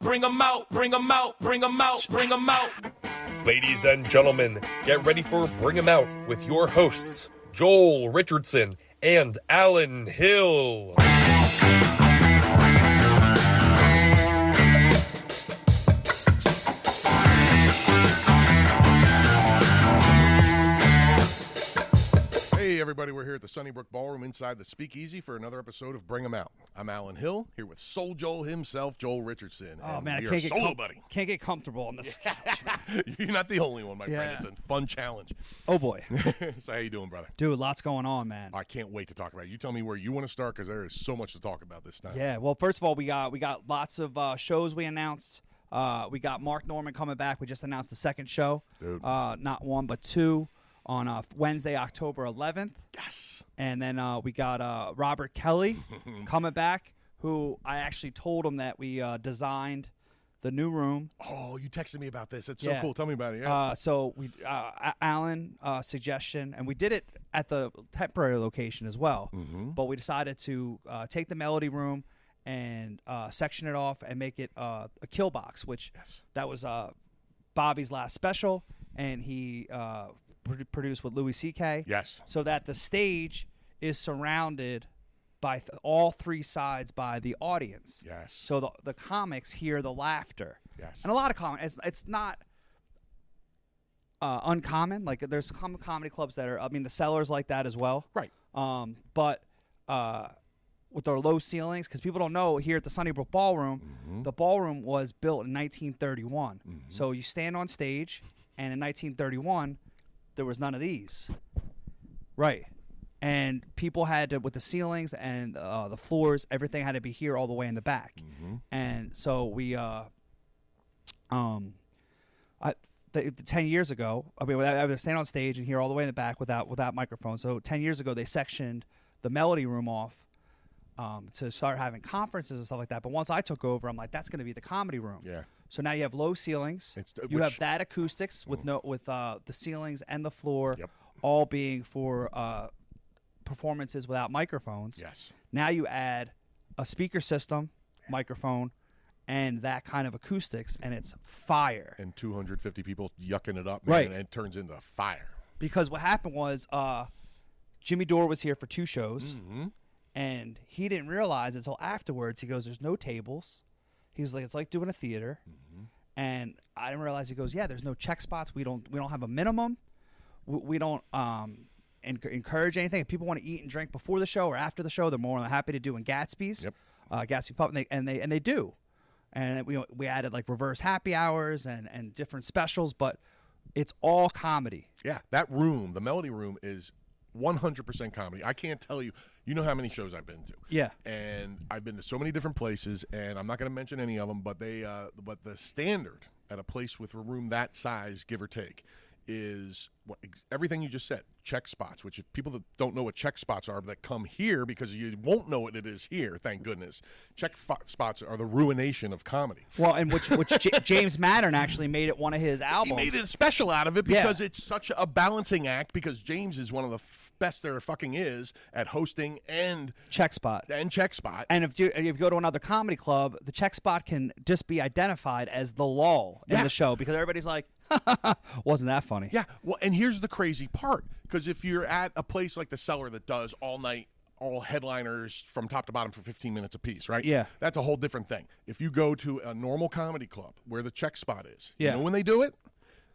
bring 'em out, bring 'em out, bring 'em out, bring 'em out. Ladies and gentlemen, get ready for Bring 'em Out with your hosts, Joel Richardson and Alan Hill. Hey, everybody, we're here at the Sunnybrook Ballroom inside the Speakeasy for another episode of Bring 'em Out. I'm Alan Hill, here with Soul Joel himself, Joel Richardson. Oh and man, I we are can't get Soul com- Buddy. can't get comfortable on this couch. man. You're not the only one, my Yeah. friend. It's a fun challenge. Oh boy, so, how you doing, brother? dude, lots going on, man. I can't wait to talk about it. You tell me where you want to start because there is so much to talk about this time. Yeah. Well, first of all, we got we got lots of uh, shows we announced. Uh, we got Mark Norman coming back. We just announced the second show. Dude. Uh, not one but two on uh, Wednesday, October 11th. Yes. And then uh, we got uh, Robert Kelly coming back, who I actually told him that we uh, designed the new room. Oh, you texted me about this. It's so Yeah. cool. Tell me about it. Yeah. Uh, so we, uh, A- Alan, uh, suggestion, and we did it at the temporary location as well. Mm-hmm. But we decided to uh, take the melody room and uh, section it off and make it uh, a kill box, which that was uh, Bobby's last special, and he uh, produ- produced with Louis C.K. Yes. So that the stage is surrounded by th- all three sides by the audience. Yes. So the, the comics hear the laughter. Yes. And a lot of comics, it's, it's not uh, uncommon. Like there's com- comedy clubs that are. I mean, the sellers like that as well. Right. Um, but uh, with our low ceilings, because people don't know here at the Sunnybrook Ballroom, the ballroom was built in 1931. So you stand on stage, and in 1931, there was none of these. Right. And people had to, with the ceilings and uh, the floors, everything had to be here all the way in the back. And so we, uh, um, I, the, the, ten years ago, I mean, I, I was standing on stage and hear all the way in the back without without microphone. So ten years ago, they sectioned the melody room off um, to start having conferences and stuff like that. But once I took over, I'm like, that's going to be the comedy room. Yeah. So now you have low ceilings. It's- uh, you which- Mm. have that acoustics with no with uh, the ceilings and the floor Yep. all being for uh, performances without microphones. yes. Now you add a speaker system, microphone, and that kind of acoustics, and it's fire. And 250 people yucking it up, man, Right. And it turns into fire. because what happened was uh, Jimmy Dore was here for two shows, and he didn't realize until afterwards. He goes, "There's no tables." He was like, "It's like doing a theater," and I didn't realize. He goes, "Yeah, there's no check spots. We don't we don't have a minimum. We, we don't um, enc- encourage anything. If people want to eat and drink before the show or after the show, they're more than happy to do in Gatsby's, Yep. uh, Gatsby Pub, and they and they, and they do." and we we added like reverse happy hours and and different specials, but it's all comedy. Yeah, that room, the Melody Room, is 100% comedy. I can't tell you. You know how many shows I've been to. Yeah. And I've been to so many different places, and I'm not going to mention any of them, but they, uh, but the standard at a place with a room that size, give or take, is what, ex- everything you just said. Check spots, which if people that don't know what check spots are that come here because you won't know what it is here. Thank goodness. Check fo- spots are the ruination of comedy. Well, and which which J- James Madden actually made it one of his albums. He made it special out of it Yeah. because it's such a balancing act. Because James is one of the f- best there fucking is at hosting and check spot. and check spot. And if you if you go to another comedy club, the check spot can just be identified as the lull in Yeah. the show because everybody's like, "Wasn't that funny?" yeah, well, and here's the crazy part because if you're at a place like the Cellar that does all night. All headliners from top to bottom for 15 minutes apiece, right? Yeah. That's a whole different thing. If you go to a normal comedy club where the check spot is, Yeah. you know when they do it?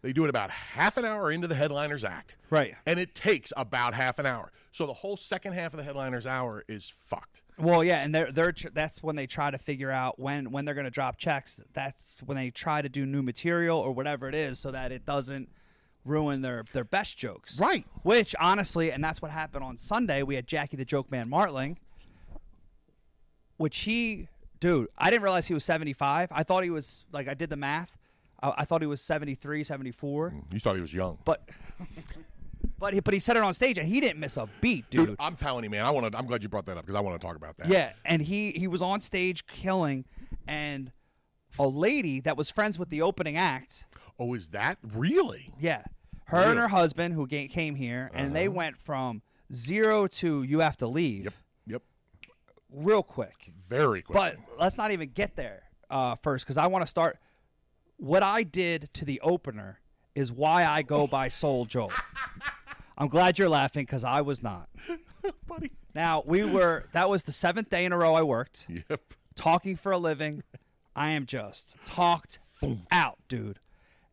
They do it about half an hour into the headliner's act. Right. And it takes about half an hour. So the whole second half of the headliner's hour is fucked. Well, yeah, and they're they're tr- that's when they try to figure out when when they're going to drop checks. That's when they try to do new material or whatever it is, so that it doesn't ruin their their best jokes. Right. Which honestly, and that's what happened on Sunday. We had Jackie the Joke Man Martling, which he, dude, I didn't realize he was seventy five. I thought he was like I did the math. I, I thought he was 73, 74. You thought he was young. but. But he, but he said it on stage and he didn't miss a beat, dude. I'm telling you, man. I want to. I'm glad you brought that up because I want to talk about that. Yeah, and he he was on stage killing, and a lady that was friends with the opening act. Oh, is that really? Yeah, her and her husband who ga- came here, and they went from zero to you have to leave Uh-huh. Yep. real quick. Very quick. But let's not even get there. uh, first because I want to start. What I did to the opener is why I go by Soul Joel. I'm glad you're laughing because I was not. buddy. Now we were. That was the seventh day in a row I worked Yep. talking for a living. I am just talked out, dude.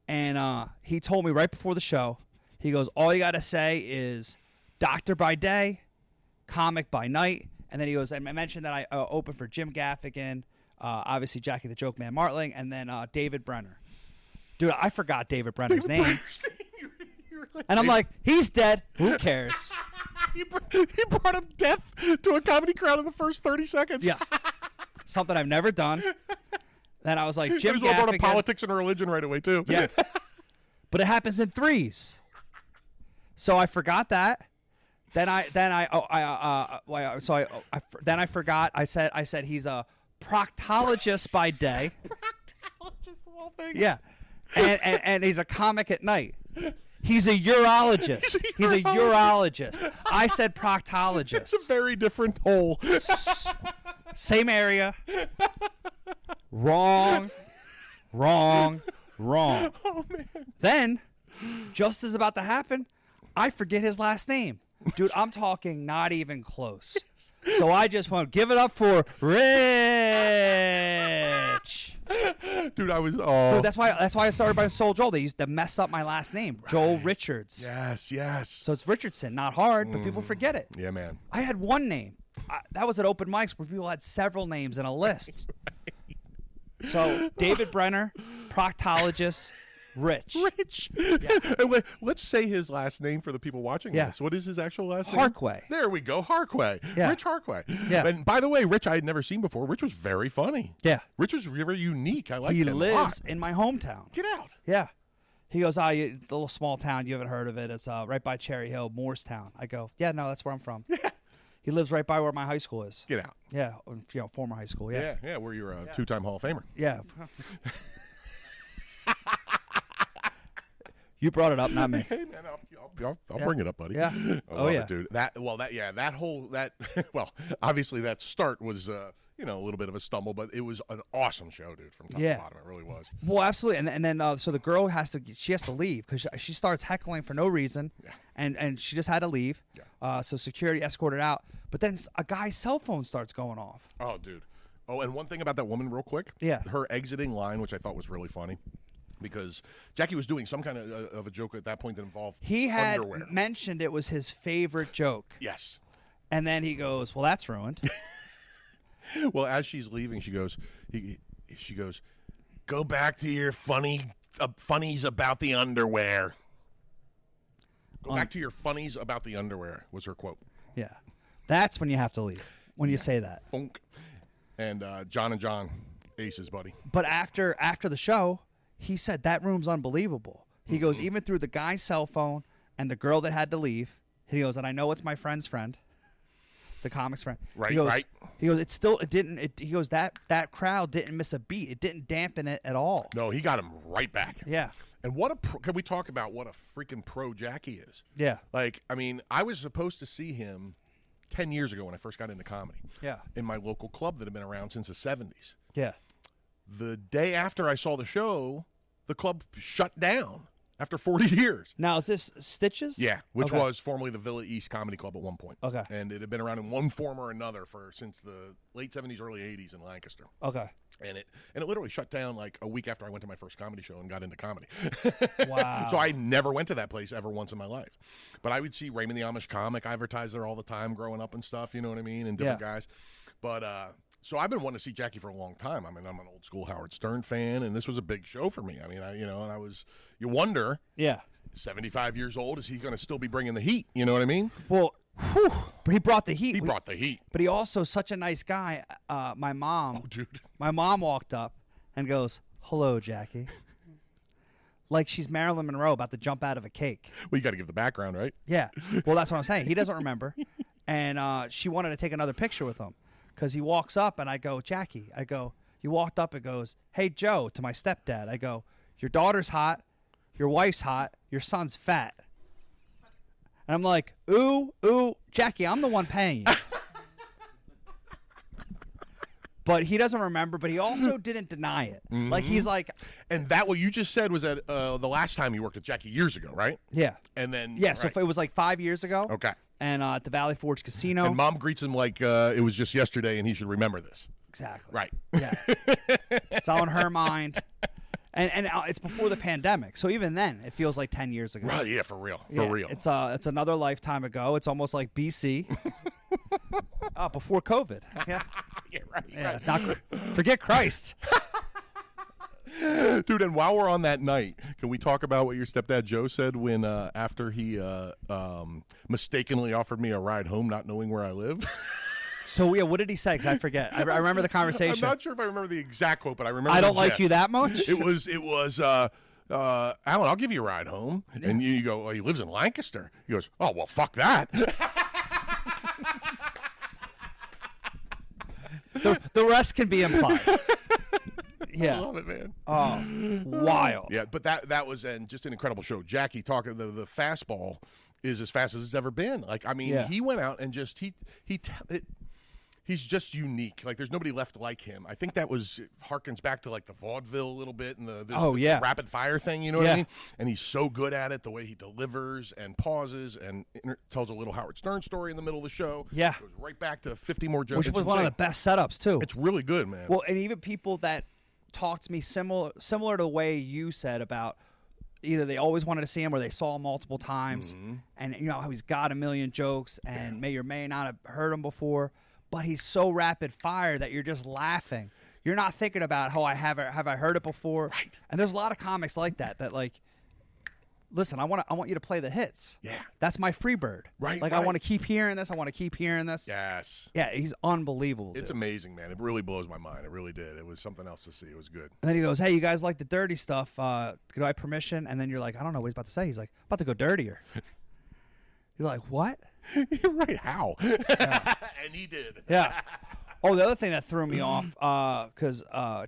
And uh, he told me right before the show, he goes, All you got to say is doctor by day, comic by night. And then he goes, And I mentioned that I uh, opened for Jim Gaffigan, uh, obviously Jackie the Joke Man Martling, and then uh, David Brenner. Dude, I forgot David Brenner's name. And I'm like, He's dead. Who cares? he, br- he brought up death to a comedy crowd in the first 30 seconds. yeah. Something I've never done. Then I was like, He Jim was all brought up Gaffigan. politics and religion right away, too. Yeah. but it happens in threes. So I forgot that. Then I then I oh, I uh, uh why, uh, so I, oh, I f- then I forgot. I said I said he's a proctologist by day. Just the whole thing. Yeah. And, and and he's a comic at night. He's a urologist. He's a urologist. I said proctologist. It's a very different whole. Same area. Wrong. Wrong. Wrong. Oh, man. Then, just is about to happen. I forget his last name. Dude, I'm talking not even close. So I just want to give it up for Rich. Dude, I was. Oh. Dude, that's why that's why I started by Soul Joel. They used to mess up my last name, Joel Richards. yes, yes. So it's Richardson, not hard, but people forget it. Yeah, man. I had one name. I, that was at open mics where people had several names in a list. So David Brenner, proctologist, Rich. Rich. And let- Let's say his last name for the people watching Yeah. this. What is his actual last name? Harquay. There we go. Harquay. Yeah. Rich Harquay. Yeah. And by the way, Rich I had never seen before. Rich was very funny. Yeah. Rich was very unique. I like He him a lot. lives in my hometown. Get out. Yeah. He goes, ah, you, the little small town, you haven't heard of it. It's uh, right by Cherry Hill, Moorestown. I go, yeah, no, that's where I'm from. Yeah. He lives right by where my high school is. Get out. Yeah, or, you know, former high school. Yeah. Yeah, yeah, where you're a two-time Hall of Famer. Yeah. you brought it up, not me. Hey man, I'll, I'll, I'll, I'll bring it up, buddy. Yeah. I Oh, love it, yeah. dude. That well, that yeah, that whole that well, obviously that start was uh, you know a little bit of a stumble, but it was an awesome show, dude, from top Yeah. to bottom. It really was. Well, absolutely, and and then uh, so the girl has to she has to leave because she, she starts heckling for no reason, and and she just had to leave. Yeah. Uh, so security escorted out, but then s- a guy's cell phone starts going off. Oh, dude. Oh, and one thing about that woman, real quick. Yeah. Her exiting line, which I thought was really funny, because Jackie was doing some kind of, uh, of a joke at that point that involved He had underwear. mentioned it was his favorite joke, yes. and then he goes, "Well, that's ruined." Well, as she's leaving, she goes. He, he- she goes, go back to your funny uh, funnies about the underwear. Go back to your funnies about the underwear was her quote. yeah, that's when you have to leave when you say that. Funk. And uh, John and John, aces, buddy. But after after the show, he said that room's unbelievable. He goes Mm-hmm. even through the guy's cell phone and the girl that had to leave. He goes, and I know it's my friend's friend, the comics friend. Right, he goes, right. He goes, it still it didn't. It, he goes that that crowd didn't miss a beat. It didn't dampen it at all. No, he got him right back. Yeah, And what a pro- can we talk about? What a freaking pro Jackie is. yeah, Like, I mean, I was supposed to see him 10 years ago when I first got into comedy yeah, in my local club that had been around since the 70s. yeah. The day after I saw the show, the club shut down after 40 years. Now is this stitches? Yeah, which Okay. was formerly the Villa East Comedy Club at one point. Okay. And it had been around in one form or another for since the late 70s, early 80s in Lancaster. okay. And it and it literally shut down like a week after I went to my first comedy show and got into comedy. Wow. So I never went to that place ever once in my life. But I would see Raymond the Amish comic advertised there all the time growing up and stuff, you know what I mean? And different Yeah. guys. But uh so I've been wanting to see Jackie for a long time. I mean, I'm an old school Howard Stern fan and this was a big show for me. I mean, I you know, and I was you wonder, yeah. 75 years old is he going to still be bringing the heat, you know what I mean? Well, whew, he brought the heat. He We- brought the heat, but he also such a nice guy. Uh, my mom. Oh, dude. My mom walked up and goes, "Hello, Jackie." like she's Marilyn Monroe about to jump out of a cake. Well, you got to give the background, right? Yeah. Well, that's what I'm saying. He doesn't remember, and uh, she wanted to take another picture with him because he walks up and I go, "Jackie," I go, "You walked up and goes, hey Joe," to my stepdad. I go, "Your daughter's hot, your wife's hot, your son's fat," and I'm like, "Ooh, ooh, Jackie, I'm the one paying you." but he doesn't remember. But he also didn't deny it. Mm-hmm. Like he's like, And that what you just said was at uh, the last time you worked at Jackie years ago, right? yeah, And then yeah. So right. if it was like five years ago. okay. And uh, at the Valley Forge Casino. And mom greets him like uh, it was just yesterday, and he should remember this. Exactly. Right. Yeah. it's all in her mind. And and uh, it's before the pandemic. So even then, it feels like 10 years ago. Right? Yeah, for real, for Yeah, real. It's uh it's another lifetime ago. It's almost like BC. uh, before COVID. Yeah. yeah, right, yeah not, forget Christ. right. dude. And while we're on that night, can we talk about what your stepdad Joe said when uh, after he uh, um, mistakenly offered me a ride home, not knowing where I live? So yeah, what did he say? Because I forget. I, I remember the I'm conversation. not sure if I remember the exact quote, but I remember. I don't the like gist. you that much. It was. It was. Uh, uh, Alan, I'll give you a ride home, and you, you go. Well, he lives in Lancaster. He goes. Oh well, fuck that. the, the rest can be implied. I Yeah. love it, man. Oh, wild. Yeah, but that that was and just an incredible show. Jackie talking the the fastball is as fast as it's ever been. Like I mean, Yeah. he went out and just he he t- it, he's just unique. Like there's nobody left like him. I think that was it harkens back to like the vaudeville a little bit and the there's Oh, the yeah. rapid fire thing. You know what Yeah. I mean? And he's so good at it. The way he delivers and pauses and inter- tells a little Howard Stern story in the middle of the show. Yeah. goes right back to 50 more jokes. Which It's was one of the insane. best setups too. It's really good, man. Well, and even people that talked to me similar similar to the way you said about either they always wanted to see him or they saw him multiple times, Mm-hmm. and you know how he's got a million jokes and may or may not have heard him before, but he's so rapid fire that you're just laughing. You're not thinking about how I have it, have I heard it before. Right. And there's a lot of comics like that that like. Listen, I want to. I want you to play the hits. Yeah. that's my free bird. Right, Like I right. want to keep hearing this. I want to keep hearing this. yes. Yeah, he's unbelievable. dude. It's amazing, man. It really blows my mind. It really did. It was something else to see. It was good. And then he goes, "Hey, you guys like the dirty stuff? Uh, do I have permission?" And then you're like, "I don't know what he's about to say." He's like, "About to go dirtier." you're like, "What?" You're right. How? and he did. Yeah. Oh, the other thing that threw me off because uh,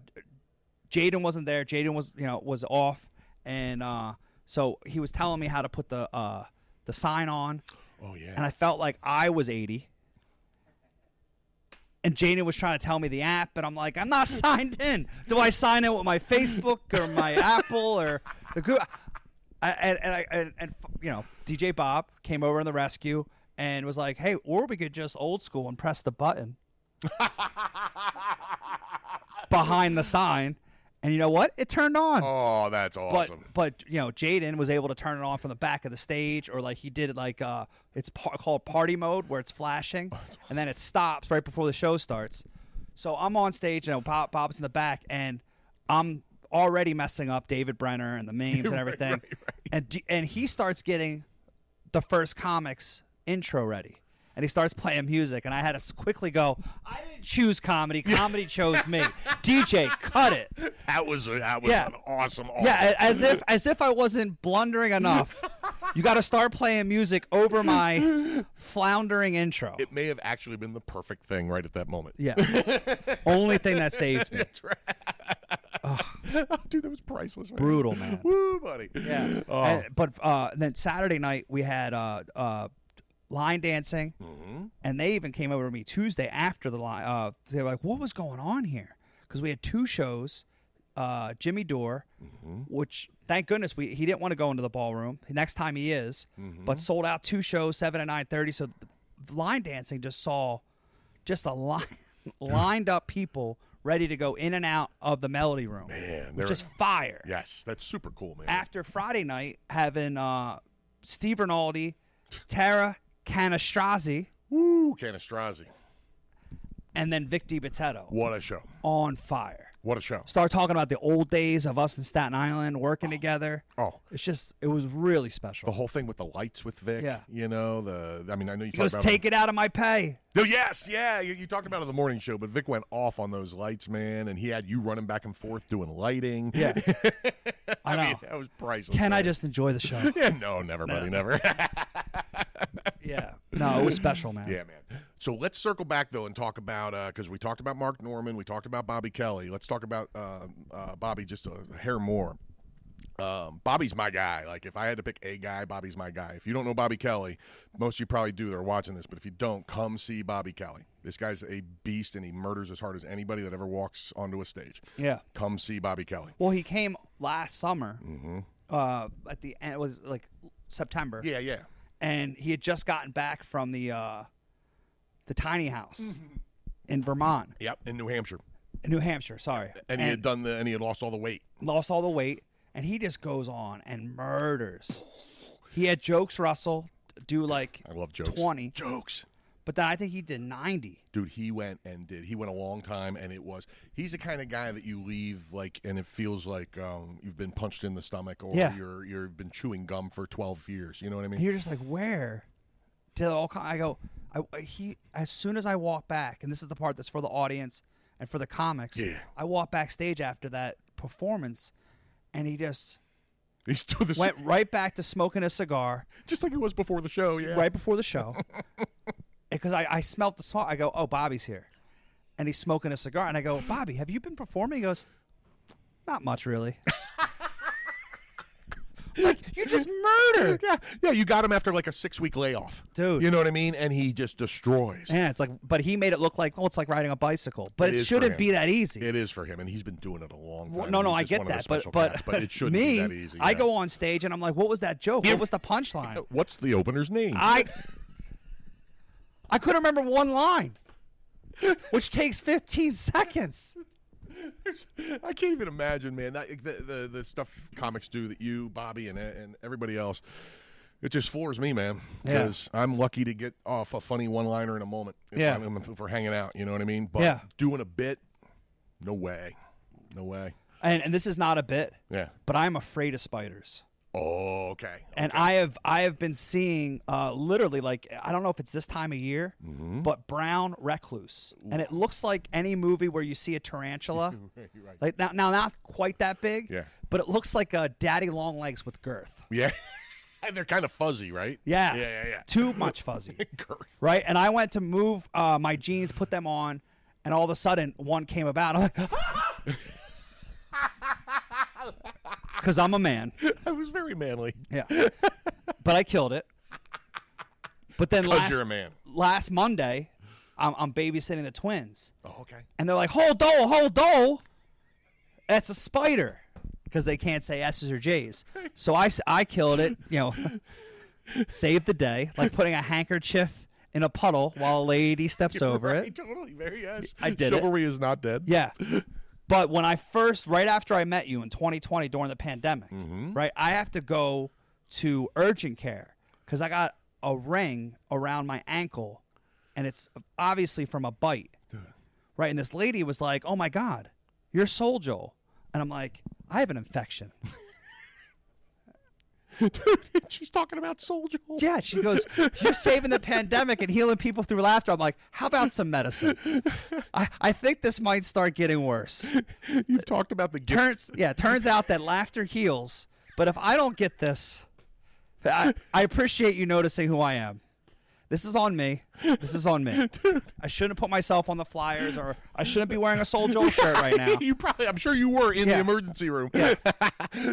Jaden wasn't there. Jaden was you know was off, and uh, so he was telling me how to put the uh, the sign on, Oh yeah. and I felt like I was eighty. And Jaden was trying to tell me the app, and I'm like, I'm not signed in. Do I sign in with my Facebook or my Apple or the Google? I, and, and, I, and, and you know, DJ Bob came over in the rescue and was like, "Hey, or we could just old school and press the button behind the sign." And you know what? It turned on. oh, that's But awesome. but you know, Jaden was able to turn it on from the back of the stage, or like he did it like uh, it's par- called party mode, where it's flashing, Oh, and then it stops right before the show starts. So I'm on stage, you know, Bob, Bob's in the back, and I'm already messing up David Brenner and the memes and everything, and D- and he starts getting the first comics intro ready. And he starts playing music, and I had to s- quickly go. I didn't choose comedy; comedy chose me. DJ, cut it. that was that was Yeah. an awesome. awesome. Yeah, a- as if as if I wasn't blundering enough. You got to start playing music over my floundering intro. It may have actually been the perfect thing right at that moment. yeah. Only thing that saved me. That's right. Oh, Dude, that was priceless. Man. Brutal, man. Woo, buddy. Yeah. Oh, And- but uh, then Saturday night we had uh, uh, line dancing, and they even came over to me Tuesday after the line. Uh, they were like, "What was going on here?" Because we had two shows. Uh, Jimmy Dore, which thank goodness we he didn't want to go into the ballroom. Next time he is, but sold out two shows, seven and nine thirty. So line dancing just saw just a line lined up people ready to go in and out of the melody room, Man, which they're- is fire yes, that's super cool, man. after Friday night having uh, Steve Rinaldi, Tara Canastrozzi, Woo, Canastrozzi. and then Vic DiBattista What a show. on fire. What a show. Start talking about the old days of us in Staten Island working together. Oh. It's just, it was really The special. whole thing with the lights with Vic, Yeah. you know the. I mean, I know you He talked goes, about take it out of my pay. No, yes, yeah, you, you talked about it on the morning show, but Vic went off on those lights, man, and he had you running back and forth doing lighting. Yeah. I I, know. mean, that was priceless. Can I man. just enjoy the show? Yeah, no, never, buddy, never. yeah. No, it was special, man. yeah, man. So let's circle back though and talk about because we talked about Mark uh, Norman, we talked about Bobby Kelly. Let's talk about uh, uh, Bobby just a hair more. Um, Bobby's my guy. Like, if I had to pick a guy, Bobby's my guy. If you don't know Bobby Kelly, most of you probably do. They're watching this, but if you don't, come see Bobby Kelly. This guy's a beast, and he murders as hard as anybody that ever walks onto a stage. Yeah. Come see Bobby Kelly. Well, he came last summer. Mm-hmm. Uh, at the end, it was like September, Yeah, yeah. and he had just gotten back from the uh, the tiny house Mm-hmm. in Vermont, Yep, in New Hampshire, in New Hampshire. Sorry, and he had done the, and he had lost all the weight. lost all the weight, and he just goes on and murders. He had jokes Russell do like I love jokes. twenty, Jokes. but then I think he did ninety. dude he went and did he went a long time and it was he's the kind of guy that you leave like and it feels like um, you've been punched in the stomach or Yeah. you're you've been chewing gum for 12 years you know what i And mean you're just like, where did it all come? I go, I, I- he, as soon as I walk back, and this is the part that's for the audience and for the comics, Yeah. I walk backstage after that performance, and he just he's doing this went right back to smoking a cigar just like he was before the show yeah right before the show. Because I, I smelt the smoke. I go, oh, Bobby's here. And he's smoking a cigar. And I go, Bobby, have you been performing? He goes, not much, really. like, you just murdered. yeah yeah you got him after like a six week layoff Dude. you know what i mean and he just destroys Yeah, it's like, but he made it look like, oh, it's like riding a bicycle. It But it, is for shouldn't him. be that easy. it is for him and he's been doing it a long time Well, no, and no, he's I just get one of that, those but special but, cats, but it shouldn't me, be that easy I yeah. go on stage and I'm like, what was that joke? Yeah. What was the punchline? what's the opener's name I I couldn't remember one line, which takes 15 seconds. I can't even imagine, man. That, the, the the stuff comics do that you, Bobby, and and everybody else, it just floors me, man. Yeah. Because I'm lucky to get off a funny one liner in a moment. If Yeah. I'm, if we're hanging out, you know what I mean. But Yeah. doing a bit, no way, no way. And and this is not a bit, Yeah. but I'm afraid of spiders. Oh, okay. And I have I have been seeing uh, literally like I don't know if it's this time of year, but brown recluse, and it looks like any movie where you see a tarantula, like now, now not quite that big, Yeah. but it looks like a daddy long legs with girth. yeah. and they're kind of fuzzy, right? Yeah, Yeah, yeah, yeah. too much fuzzy, Girth. right? And I went to move uh, my jeans, put them on, and all of a sudden one came about. I'm like, because I'm a man. I was very manly. Yeah. but I killed it. But then 'Cause last, you're a man. last Monday, I'm, I'm babysitting the twins. Oh, okay. And they're like, hold dole, hold dole. That's a spider. Because they can't say S's or J's. So I, s- I killed it, you know, saved the day, like putting a handkerchief in a puddle while a lady steps over Right, it. Totally. Very yes. I did it. Chivalry is not dead. Yeah. But when I first, right after I met you in 2020 during the pandemic, right, I have to go to urgent care because I got a ring around my ankle and it's obviously from a bite. Right. And this lady was like, oh my God, you're Soul Joel. And I'm like, I have an infection. Dude, she's talking about soldier. yeah. She goes, you're saving the pandemic and healing people through laughter. I'm like, how about some medicine? I, I think this might start getting worse. You've talked about the gift turns yeah turns out that laughter heals but if i don't get this I, I appreciate you noticing who i am this is on me this is on me i shouldn't put myself on the flyers or i shouldn't be wearing a soul joel shirt right now you probably, I'm sure you were in the Yeah. emergency room.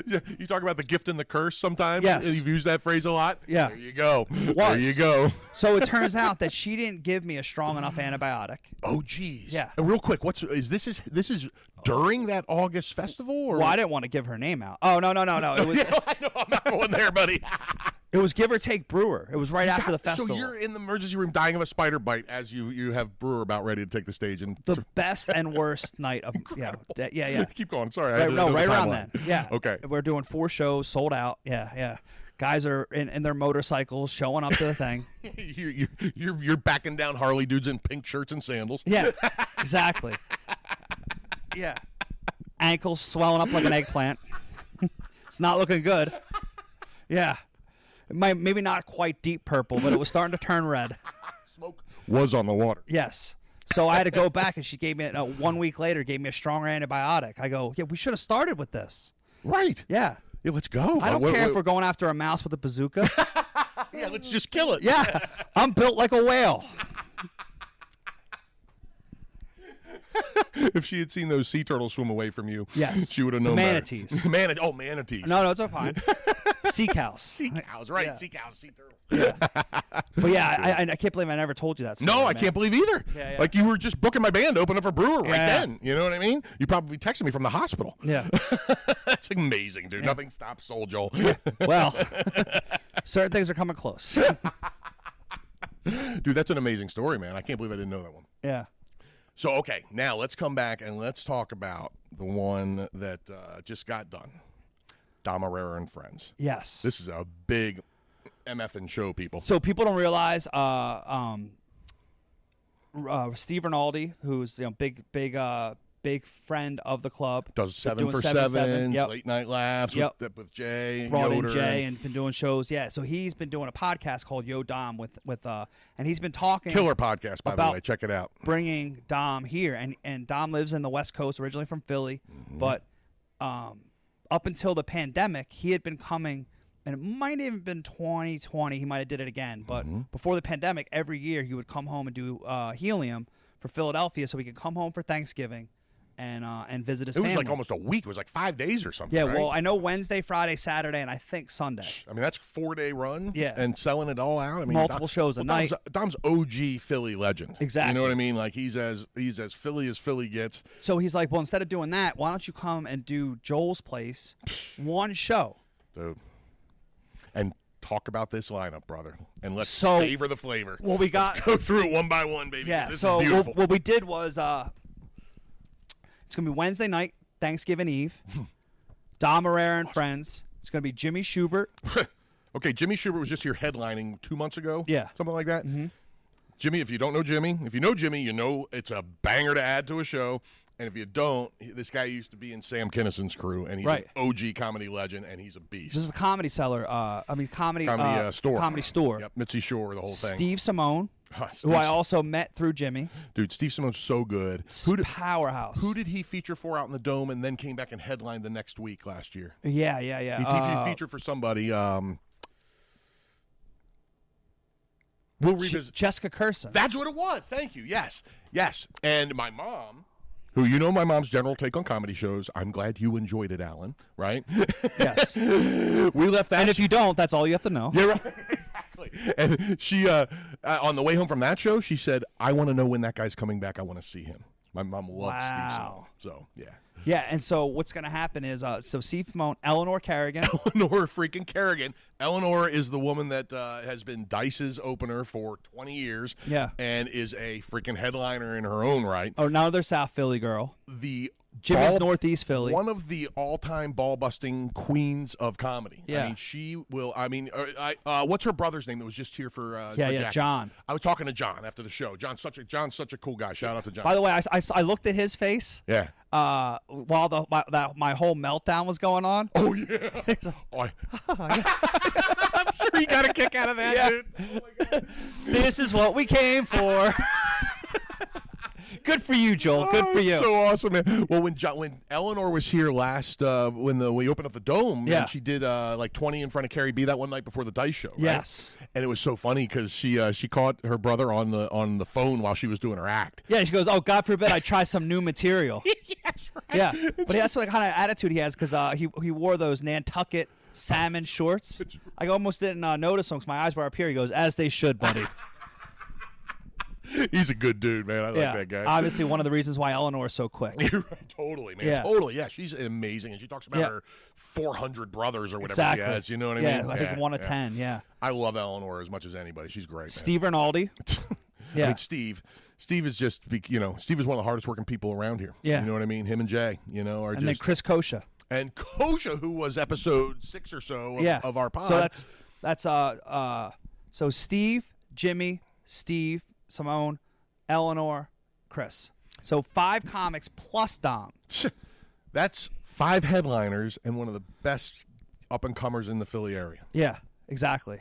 Yeah, you talk about the gift and the curse sometimes. Yes. You've used that phrase a lot. Yeah. There you go. There you go. so it turns out that she didn't give me a strong enough antibiotic Oh, geez. Yeah. And real quick, what's is this is this is during that August festival or? well i didn't want to give her name out oh no no no no it was I know I'm not going there, buddy. it was give or take brewer it was right after the so festival you're in the emergency room dying of a spider bite as you you have Brewer about ready to take the stage and the best and worst night of yeah de- yeah yeah keep going. Sorry, I Right, had to no, know the right around timeline. then. Yeah. Okay. We're doing four shows, sold out. Yeah, yeah. Guys are in, in their motorcycles, showing up to the thing. you, you, you're you're backing down Harley dudes in pink shirts and sandals. Yeah, exactly. Yeah. Ankles swelling up like an eggplant. it's not looking good. Yeah. It might, maybe not quite deep purple, but it was starting to turn red. Smoke was on the water. Yes. So I had to go back, and she gave me uh, one week later gave me a stronger antibiotic. I go, yeah, we should have started with this. Right. Yeah. Yeah, let's go. I don't Wait, care wait, if we're going after a mouse with a bazooka. Yeah, let's just kill it. Yeah, I'm built like a whale. if she had seen those sea turtles swim away from you, Yes. she would have The known. manatees. Better. Manatee. Oh, manatees. No, no, it's all fine. Sea cows. Sea cows, right? Yeah. Sea cows, sea turtles. But yeah, I, I, I can't believe I never told you that. Story, No, I man. can't believe either. Yeah, yeah. Like you were just booking my band, opening up for Brewer right Yeah. then. You know what I mean? You probably texted me from the hospital. Yeah. That's amazing, dude. Nothing stops Soul Joel. Well, certain things are coming close. dude, that's an amazing story, man. I can't believe I didn't know that one. yeah. So okay, now let's come back and let's talk about the one that uh, just got done. Damarera and friends. Yes. This is a big MF and show, people. so people don't realize uh, um, r- uh, Steve Rinaldi, who's you know big big uh, big friend of the club, Does been seven doing for seven, sevens, seven, yep. late night laughs Yep. with, with Jay, brought Yoder, in Jay and been doing shows. Yeah, so he's been doing a podcast called Yo Dom with with uh, and he's been talking killer podcast. By the About- way, check it out. bringing Dom here, and and Dom lives in the West Coast, originally from Philly, Mm-hmm. but um, up until the pandemic, he had been coming, and it might have been 2020. He might have did it again, but Mm-hmm. before the pandemic, every year he would come home and do uh, helium for Philadelphia, so he could come home for Thanksgiving, and uh, and visit his It was family. like almost a week. It was like five days or something. yeah, right? well, I know Wednesday, Friday, Saturday, and I think Sunday. I mean, that's four day run. Yeah. and selling it all out. I mean, Multiple shows a Dom's, Dom's OG Philly legend. You Exactly. know what I mean? Like he's as he's as Philly as Philly gets. So he's like, well, instead of doing that, why don't you come and do Joel's place, one show? Dude. And talk about this lineup, brother. And let's So- savor the flavor. Well, we got Go through it one by one, baby. Yeah. This so is what, beautiful. what we did was uh, it's gonna be Wednesday night, Thanksgiving Eve. Dom Herrera and friends. It's gonna be Jimmy Schubert. okay, Jimmy Schubert was just here headlining two months ago. Yeah. Mm-hmm. Something like that. Jimmy, if you don't know Jimmy, if you know Jimmy, you know it's a banger to add to a show. And if you don't, he- this guy used to be in Sam Kinnison's crew, and he's Right. an OG comedy legend, and he's a beast. This is a comedy seller. Uh, I mean comedy, comedy uh, store. Comedy store. Yep, Mitzi Shore, the whole thing. Steve Simone, Steve who I also met through Jimmy. Dude, Steve Simone's so good. Who, d- Powerhouse. who did he feature for out in the dome and then came back and headlined the next week last year? yeah, yeah, yeah. He, he- he Uh, featured for somebody. Um, we'll Je- revisit. Jessica Curson. That's what it was. Thank you. Yes. Yes. And my mom, who you know my mom's general take on comedy shows, I'm glad you enjoyed it, Alan, right? yes. we left that. And if you don't, that's all you have to know. Yeah, right. exactly. And she, uh, uh, on the way home from that show, she said, I want to know when that guy's coming back. I want to see him. My mom loves Wow. Steve Simone. So, yeah. Yeah, and so what's going to happen is uh, so Steve Simone, Eleanor Carrigan, Eleanor freaking Kerrigan. Eleanor is the woman that uh, has been Dice's opener for 20 years. Yeah. And is a freaking headliner in her own right. or another South Philly girl, The Jimmy's ball- Northeast Philly. One of the all-time ball-busting queens of comedy. Yeah. I mean, she will. I mean, uh, I, uh, what's her brother's name that was just here for? Uh, Yeah, for yeah, Jack? John. I was talking to John after the show. John's such a John's such a cool guy. Shout out to John. By the way, I, I, I looked at his face yeah. uh, while the my, that, my whole meltdown was going on. Oh yeah. Oh, I- I'm sure he got a kick out of that, dude. Oh, my God. this is what we came for. Good for you, Joel. Good Oh, for it's you. So awesome, man. Well, when John, when Eleanor was here last, uh, when the we opened up the dome, Yeah. and she did uh, like twenty in front of Carrie B that one night before the dice show. Right? Yes. and it was so funny because she uh, she caught her brother on the on the phone while she was doing her act. yeah, she goes, "Oh God forbid I try some new material." yes, right. yeah, but that's what kind of attitude he has because uh, he he wore those Nantucket salmon shorts. I almost didn't uh, notice them because my eyes were up here. He goes, "As they should, buddy." He's a good dude, man. I like yeah, that guy. obviously one of the reasons why Eleanor is so quick. You're right. Totally, man. Yeah. Totally. Yeah, she's amazing, and she talks about Yeah. her 400 brothers or whatever exactly. she has. You know what I yeah, mean? I think one of yeah. ten. Yeah, I love Eleanor as much as anybody. She's great. man. Steve Rinaldi. I Yeah. mean, Steve. Steve is just, be- you know, Steve is one of the hardest working people around here. Yeah. You know what I mean? Him and Jay, you know, are and then just. Chris Kosha. and Kosha, who was episode six or so of, yeah. of our pod. So that's that's uh uh so Steve, Jimmy, Steve, Simone, Eleanor, Chris. So five comics plus Dom. that's five headliners and one of the best up and comers in the Philly area. Yeah, exactly.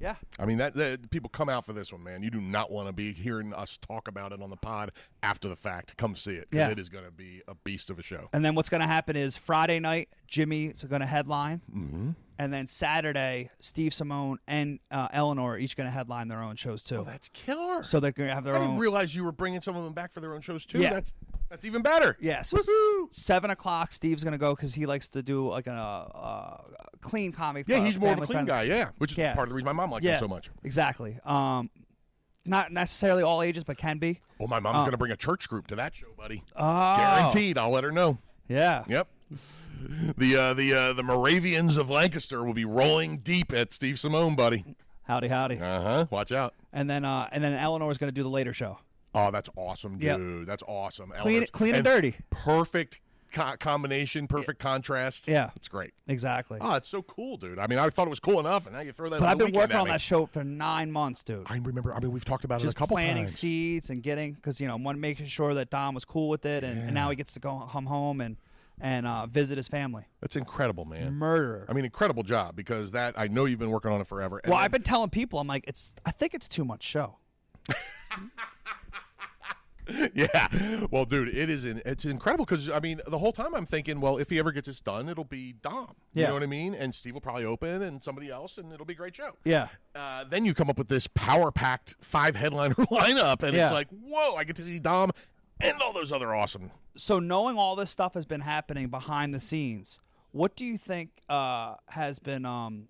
Yeah. I mean, that, that people come out for this one, man. You do not want to be hearing us talk about it on the pod after the fact. Come see it. 'cause Yeah. It is going to be a beast of a show. And then what's going to happen is Friday night Jimmy's going to headline, mm-hmm. and then Saturday Steve Simone and uh, Eleanor are each going to headline their own shows too. That's killer. so they're going to have their I didn't own. realize you were bringing some of them back for their own shows too. Yeah. That's That's even better. Yeah, so s- seven o'clock. Steve's gonna go because he likes to do like a uh, clean comic. Yeah, uh, he's more of a family clean friend- guy. Yeah, which is Yeah. part of the reason my mom likes him so much. Exactly. Um, not necessarily all ages, but can be. Oh, my mom's gonna bring a church group to that show, buddy. Uh. Oh, Guaranteed. I'll let her know. Yeah. Yep. The uh, the uh, the Moravians of Lancaster will be rolling deep at Steve Simone, buddy. Howdy, howdy. Uh huh. Watch out. And then, uh, and then Eleanor's gonna do the later show. Oh, that's awesome, Yep. dude. That's awesome. Clean, Eleanor's- clean and dirty. Perfect co- combination. Perfect contrast. Yeah. it's great. Exactly. Oh, it's so cool, dude. I mean, I thought it was cool enough, and now you throw that. but over I've the been weekend working at on me. that show for nine months, dude. I remember. I mean, we've talked about Just it a couple planting times. seeds and getting because you know one making sure that Don was cool with it, and, and now he gets to go come home and and uh, visit his family. That's incredible, man. Murderer. I mean, incredible job because that I know you've been working on it forever. And well, I've then- been telling people, I'm like, it's I think it's too much show. yeah. Well, dude, it is. In, it's incredible because I mean, the whole time I'm thinking, well, if he ever gets this done, it'll be Dom. You Yeah. know what I mean? And Steve will probably open, and somebody else, and it'll be a great show. Yeah. Uh, then you come up with this power-packed five headliner lineup, and Yeah. it's like, whoa! I get to see Dom and all those other awesome. So knowing all this stuff has been happening behind the scenes, what do you think uh, has been um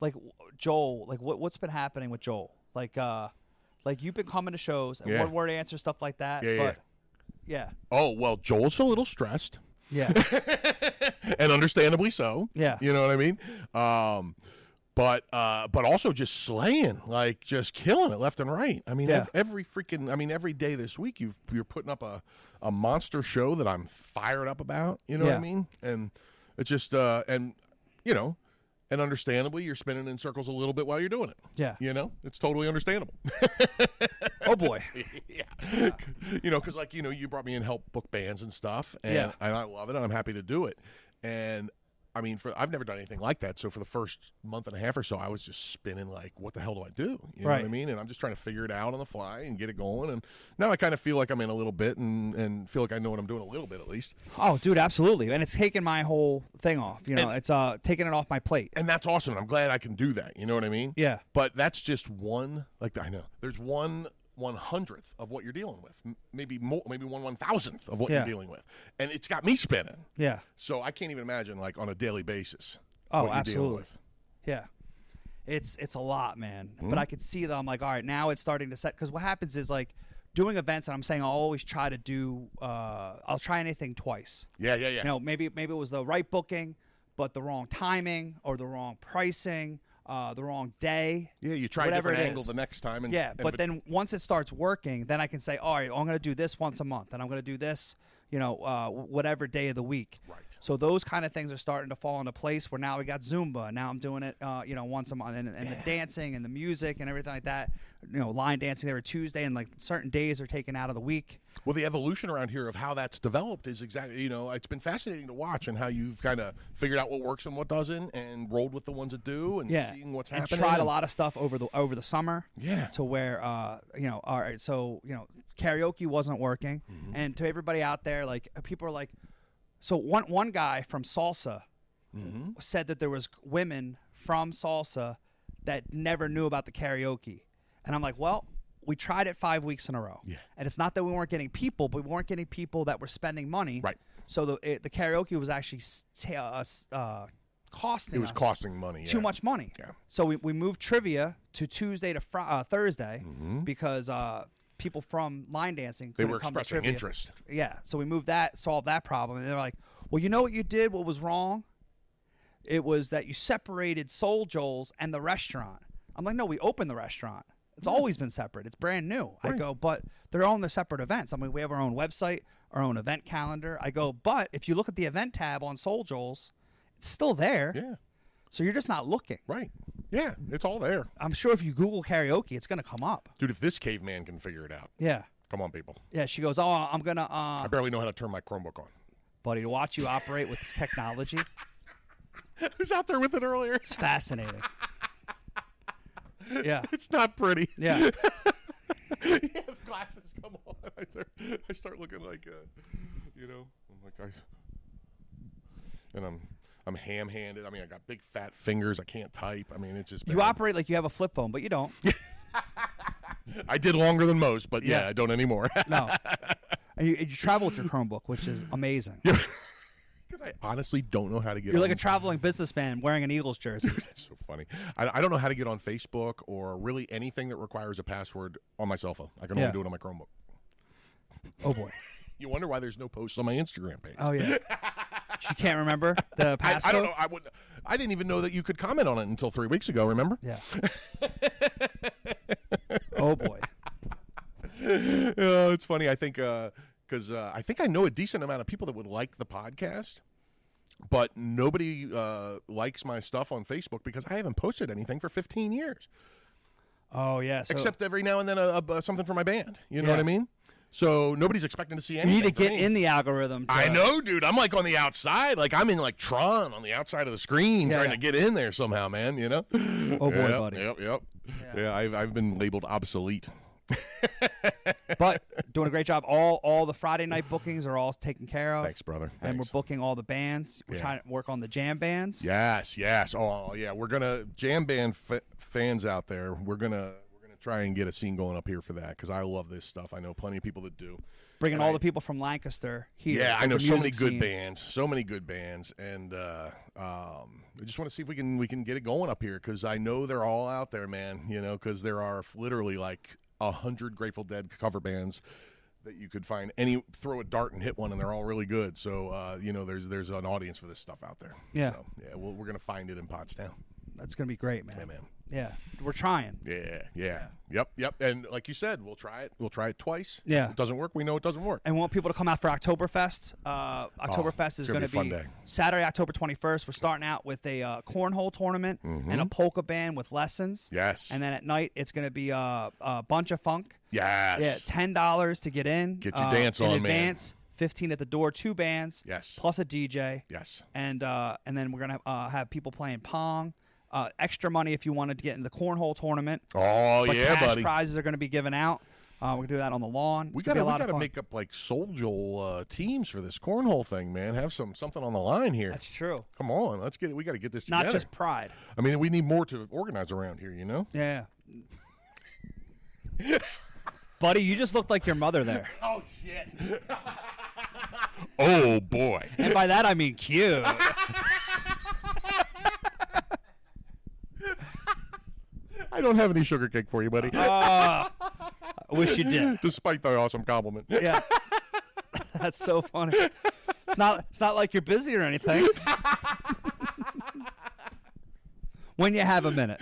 like w- Joel? Like what what's been happening with Joel? Like uh like you've been coming to shows and Yeah. one word answer stuff like that. Yeah, yeah, but yeah. Oh well, Joel's a little stressed. Yeah. and understandably so. Yeah. you know what I mean. Um, but uh, but also just slaying, like just killing it left and right. I mean, Yeah. ev- every freaking, I mean, every day this week you've you're putting up a a monster show that I'm fired up about. You know what I Yeah. mean? And it's just uh, and you know. And understandably, you're spinning in circles a little bit while you're doing it. Yeah. You know, it's totally understandable. oh boy. yeah. you know, because like you know, you brought me in help book bands and stuff, and, Yeah. and I love it, and I'm happy to do it. And I mean, for I've never done anything like that. So for the first month and a half or so, I was just spinning like, what the hell do I do? You know what I Right. mean? And I'm just trying to figure it out on the fly and get it going. And now I kind of feel like I'm in a little bit, and and feel like I know what I'm doing a little bit at least. Oh, dude, absolutely. And it's taking my whole thing off. You know, it's uh taking it off my plate. And that's awesome. I'm glad I can do that. You know what I mean? Yeah. But that's just one. Like I know there's one one hundredth of what you're dealing with, M- maybe more, maybe one one thousandth of what Yeah. you're dealing with, and it's got me spinning. Yeah. So I can't even imagine like on a daily basis. Oh, what you're dealing absolutely. with. Yeah. It's it's a lot, man. Hmm? But I could see that I'm like, all right, now it's starting to set. Because what happens is like doing events, and I'm saying I'll always try to do. Uh, I'll try anything twice. Yeah, yeah, yeah. You know, maybe maybe it was the right booking, but the wrong timing or the wrong pricing, uh, the wrong day. yeah, you try a whatever different it angle is. the next time, and Yeah, and but if it- then once it starts working, then I can say, all right, oh, I'm going to do this once a month, and I'm going to do this, you know, uh, whatever day of the week. Right. So those kind of things are starting to fall into place. Where now we got Zumba, now I'm doing it, uh, you know, once a month, and, and the dancing and the music and everything like that. You know, line dancing every Tuesday, and like certain days are taken out of the week. well, the evolution around here of how that's developed is exactly you know it's been fascinating to watch and how you've kind of figured out what works and what doesn't, and rolled with the ones that do, and Yeah, seeing what's and happening. tried a and- lot of stuff over the over the summer. Yeah. to where uh, you know, all right, so you know, karaoke wasn't working, Mm-hmm. and to everybody out there, like people are like, so one one guy from salsa Mm-hmm. said that there was women from salsa that never knew about the karaoke, and I'm like, well. We tried it five weeks in a row, Yeah. and it's not that we weren't getting people, but we weren't getting people that were spending money. Right. So the it, the karaoke was actually s- ta- uh, s- uh, costing. It was us costing money. too yeah. much money. Yeah. So we, we moved trivia to Tuesday to Fri uh, Thursday because uh, people from line dancing Mm-hmm. They couldn't were come to expressing trivia. interest. Yeah. So we moved that, solved that problem, and they're like, "Well, you know what you did? What was wrong? It was that you separated Soul Joel's and the restaurant." I'm like, "No, we opened the restaurant. Mm. It's always been separate. It's brand new." I go, "But they're on their separate events. I mean, we have our own website, our own event calendar." I go, "But if you look at the event tab on Soul Joel's, it's still there. Yeah. So you're just not looking." Right. Yeah. It's all there. I'm sure if you Google karaoke, it's gonna come up. Dude, if this caveman can figure it out, Yeah. come on, people. Yeah, she goes, Oh, I'm gonna I uh barely know how to turn my Chromebook on. buddy, to watch you operate with technology. I was out there with it earlier. It's fascinating. Yeah. It's not pretty. Yeah. yeah, the glasses come on. I start, I start looking like, uh, you know, I'm like, I, and I'm, I'm ham-handed. I mean, I got big fat fingers. I can't type. I mean, it's just. You bad. operate like you have a flip phone, but you don't. I did longer than most, but yeah, Yeah. I don't anymore. No. And you, and you travel with your Chromebook, which is amazing. Because I honestly don't know how to get. You're like a on- traveling businessman wearing an Eagles jersey. That's so funny. I, I don't know how to get on Facebook or really anything that requires a password on my cell phone. I can Yeah. only do it on my Chromebook. Oh boy. You wonder why there's no posts on my Instagram page. Oh yeah. She can't remember the I, passcode. I don't know. I wouldn't. I didn't even know that you could comment on it until three weeks ago. Remember? Yeah. oh boy. oh, it's funny. I think because uh, I think I know a decent amount of people that would like the podcast, but nobody uh, likes my stuff on Facebook because I haven't posted anything for 15 years, Oh yeah. So except every now and then a, a- something for my band. You know what I Yeah. mean? So nobody's expecting to see you anything. need to from get me. in the algorithm. to- I know, dude. I'm like on the outside. Like I'm in like Tron on the outside of the screen, Yeah, trying yeah. to get in there somehow, man. You know? Oh boy, yep, buddy. Yep, yep. Yeah, I've, I've been labeled obsolete. But doing a great job. All all the Friday night bookings are all taken care of. Thanks, brother. And Thanks. we're booking all the bands. We're Yeah. trying to work on the jam bands. Yes, yes. Oh, yeah. We're gonna jam band f- fans out there. We're gonna we're gonna try and get a scene going up here for that because I love this stuff. I know plenty of people that do. Bringing And all I- the people from Lancaster here. Yeah, I with know the so many music good scene. bands, so many good bands, and uh, um, I just want to see if we can we can get it going up here because I know they're all out there, man. You know, because there are literally like a hundred Grateful Dead cover bands that you could find any throw a dart and hit one, and they're all really good. So uh, you know, there's there's an audience for this stuff out there. Yeah. so, yeah. Well, we're gonna find it in Pottstown. That's gonna be great, man. Yeah, man. Yeah. We're trying. Yeah, yeah, Yep, yep. And like you said, we'll try it. We'll try it twice. Yeah. If it doesn't work, we know it doesn't work. and we want people to come out for Oktoberfest. Uh, Oktoberfest is Oh, gonna going be to a fun day. be, Saturday, October 21st. We're starting out with a uh, cornhole tournament and a polka band with lessons. Mm-hmm. Yes. And then at night, it's going to be uh, a bunch of funk. Yes. Yeah, ten dollars to get in. Get your uh, dance in on, man. advance, Fifteen at the door, two bands. Yes. Plus a DJ. Yes. And uh, and then we're gonna uh, have people playing pong. Uh, extra money if you wanted to get in the cornhole tournament. Oh but yeah, cash buddy. prizes are going to be given out. Uh, we're gonna do that on the lawn. We It's gotta gonna be a we lot of gotta fun. make up like Souljoel uh, teams for this cornhole thing, man. Have some something on the line here. That's true. Come on, let's get we gotta get this Not together. just pride. I mean, we need more to organize around here, you know. Yeah. Buddy, you just looked like your mother there. Oh shit. oh boy. And by that I mean cute. I don't have any sugar cake for you, buddy. Uh, I wish you did. Despite the awesome compliment. Yeah. That's so funny. It's not it's not like you're busy or anything. when you have a minute.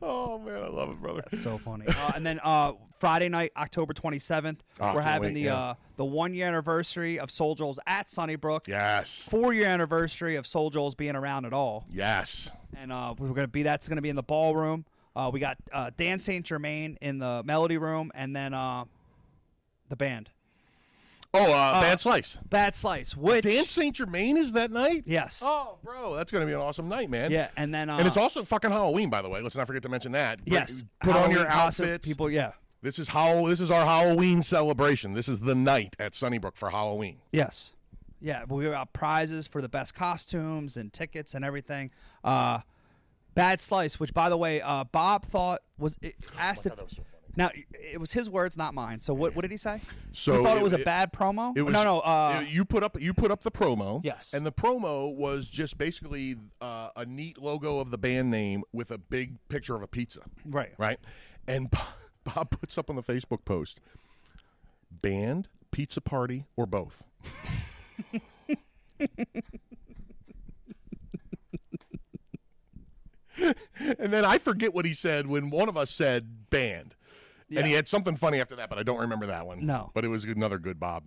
oh man, I love it, brother. So funny. Uh, and then uh, Friday night, October 27th, Oh, we're can't having wait, the yeah. uh, the 1 year anniversary of Soul Joel's at Sunnybrook. Yes. 4 year anniversary of Soul Joel's being around at all. Yes. and uh, we're gonna be that's gonna be in the ballroom. Uh, we got uh, Dan Saint Germain in the melody room, and then uh, the band Oh, uh, Bad Slice. Bad Slice, which Dan St. Germain is that night? yes, Oh, bro, that's going to be an awesome night, man. yeah, and then uh, And it's also fucking Halloween, by the way. Let's not forget to mention that. Br- yes, Put on your Halloween costume, outfits. people, yeah, This is how this is our Halloween celebration. This is the night at Sunnybrook for Halloween. yes, yeah. We got prizes for the best costumes and tickets and everything. Uh, Bad Slice, which by the way, uh, Bob thought was it asked if. Now it was his words, not mine. So what, what did he say? So he thought it, it- was a it- bad promo. It was no, no. Uh, it- you put up you put up the promo. Yes. And the promo was just basically uh, a neat logo of the band name with a big picture of a pizza. Right. Right. And Bob, Bob puts up on the Facebook post band, pizza party, or both. and then I forget what he said when one of us said band. And he had something funny after that, but I don't remember that one. No. But it was another good Bob.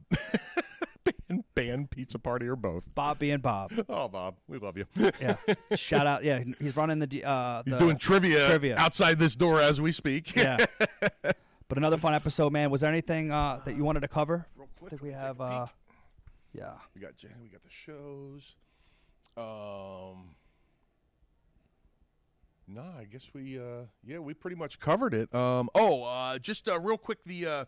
band, band, pizza party, or both. Bob being Bob. Oh, Bob, we love you. Yeah. Shout out. Yeah, he's running the. D- Uh, the He's doing trivia, trivia. outside this door as we speak. yeah. But another fun episode, man. Was there anything uh, that you wanted to cover? Real quick, I think we have. Uh, yeah. We got Jan. We got the shows. Um. Nah, I guess we uh yeah we pretty much covered it. Um. Oh, uh, just uh, real quick the uh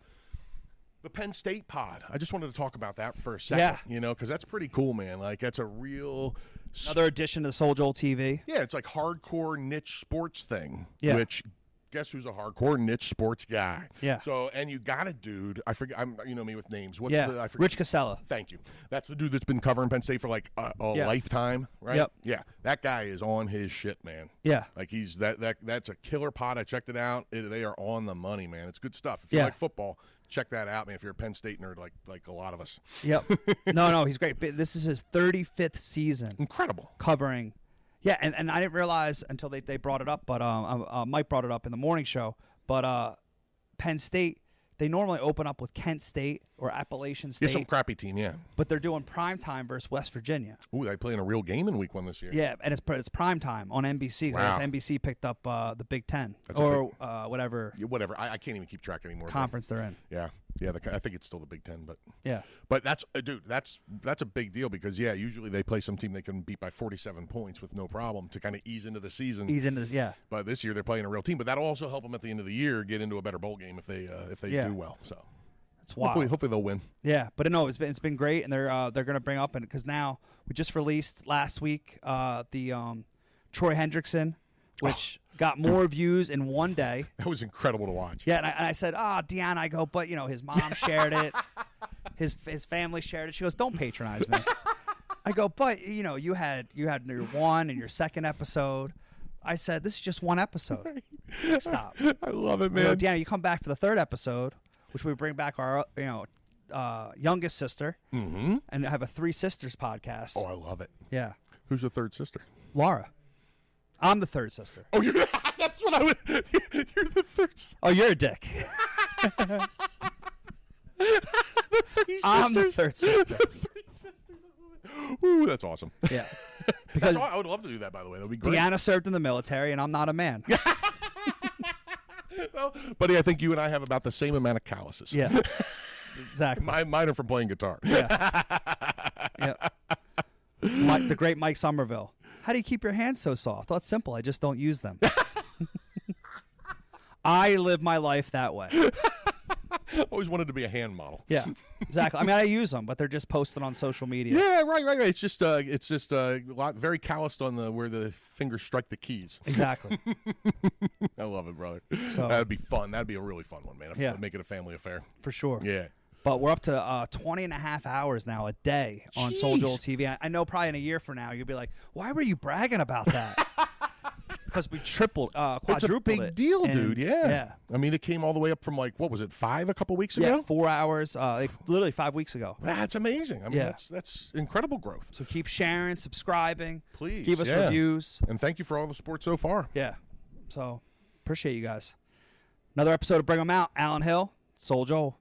the Penn State pod. I just wanted to talk about that for a second. You know, because that's pretty cool, man. Like that's a real. s- Another addition to Soul Joel TV. Yeah, it's like hardcore niche sports thing. Yeah. Which guess who's a hardcore niche sports guy? Yeah. So and you got a dude. I forget. I'm you know me with names. What's yeah, the I forget. Rich Casella. Thank you. That's the dude that's been covering Penn State for like a, a Yeah. lifetime, right? Yep. Yeah. That guy is on his shit, man. Yeah. Like he's that that that's a killer pot. I checked it out. It, they are on the money, man. It's good stuff. If you Yeah. like football, check that out, man. If you're a Penn State nerd, like like a lot of us, Yep. no, no, he's great. But This is his 35th season. incredible. covering. Yeah, and, and I didn't realize until they, they brought it up, but um, uh, uh, Mike brought it up in the morning show. But uh, Penn State, they normally open up with Kent State or Appalachian Get State, some crappy team, yeah. but they're doing prime time versus West Virginia. Ooh, they play in a real game in week one this year. Yeah, and it's pr- it's prime time on NBC. 'cause Wow. NBC picked up uh, the Big Ten a or uh, whatever Yeah, Whatever. I, I can't even keep track anymore. but- conference they're in. Yeah, yeah. The, I think it's still the Big Ten, but Yeah, But that's uh, dude, that's that's a big deal because yeah, usually they play some team they can beat by 47 points with no problem to kind of ease into the season. he's into this. Yeah, But this year they're playing a real team, but that'll also help them at the end of the year get into a better bowl game if they uh, if they Yeah. do well. So it's wild. hopefully hopefully they'll win. Yeah, but no, it's been it's been great, and they're uh, they're gonna bring up and because now we just released last week uh, the um, Troy Hendrickson, which got more views in one day. That was incredible to watch. Yeah, and I, and I said, ah, oh, Deanna, I go, but you know, his mom shared it, his his family shared it. She goes, don't patronize me. I go, but you know, you had you had your one and your second episode. I said, this is just one episode. Stop. I love it, You man. know, Deanna, you come back for the third episode, which we bring back our you know uh, youngest sister, mm-hmm. and have a three sisters podcast. oh, I love it. Yeah, Who's the third sister? Laura, I'm the third sister. Oh, you're that's what I was. You're the third. sister. Oh, you're a dick. I'm the third sister. Ooh, that's awesome. Yeah, That's because aw- I would love to do that. By the way, that'd be great. Deanna served in the military, and I'm not a man. Well, buddy, I think you and I have about the same amount of calluses. Yeah, exactly. My, mine are from playing guitar. Yep. Mike, the great Mike Somerville. How do you keep your hands so soft? Well, it's simple. I just don't use them. I live my life that way. Always wanted to be a hand model. Yeah, exactly. I mean, I use them, but they're just posted on social media. Yeah, right, right, right. It's just, uh, it's just uh, a lot, very calloused on the where the fingers strike the keys. Exactly. I love it, brother. So- That'd be fun. That'd be a really fun one, man. If- Yeah. make it a family affair. For sure. Yeah, But we're up to uh, 20 and a half hours now a day on Soul Jeez. Joel TV. I, I know probably in a year from now, you'll be like, why were you bragging about that? Because we tripled, uh, it's a quadrupled big it deal, in- dude. Yeah. Yeah. I mean, it came all the way up from like what was it, five a couple weeks Yeah, ago? four hours, uh, like literally five weeks ago. That's amazing. I mean, Yeah. that's that's incredible growth. So keep sharing, subscribing. Please, Give us yeah. reviews. And thank you for all the support so far. Yeah. So appreciate you guys. Another episode of Bring 'Em Out. Alan Hill, Soul Joel.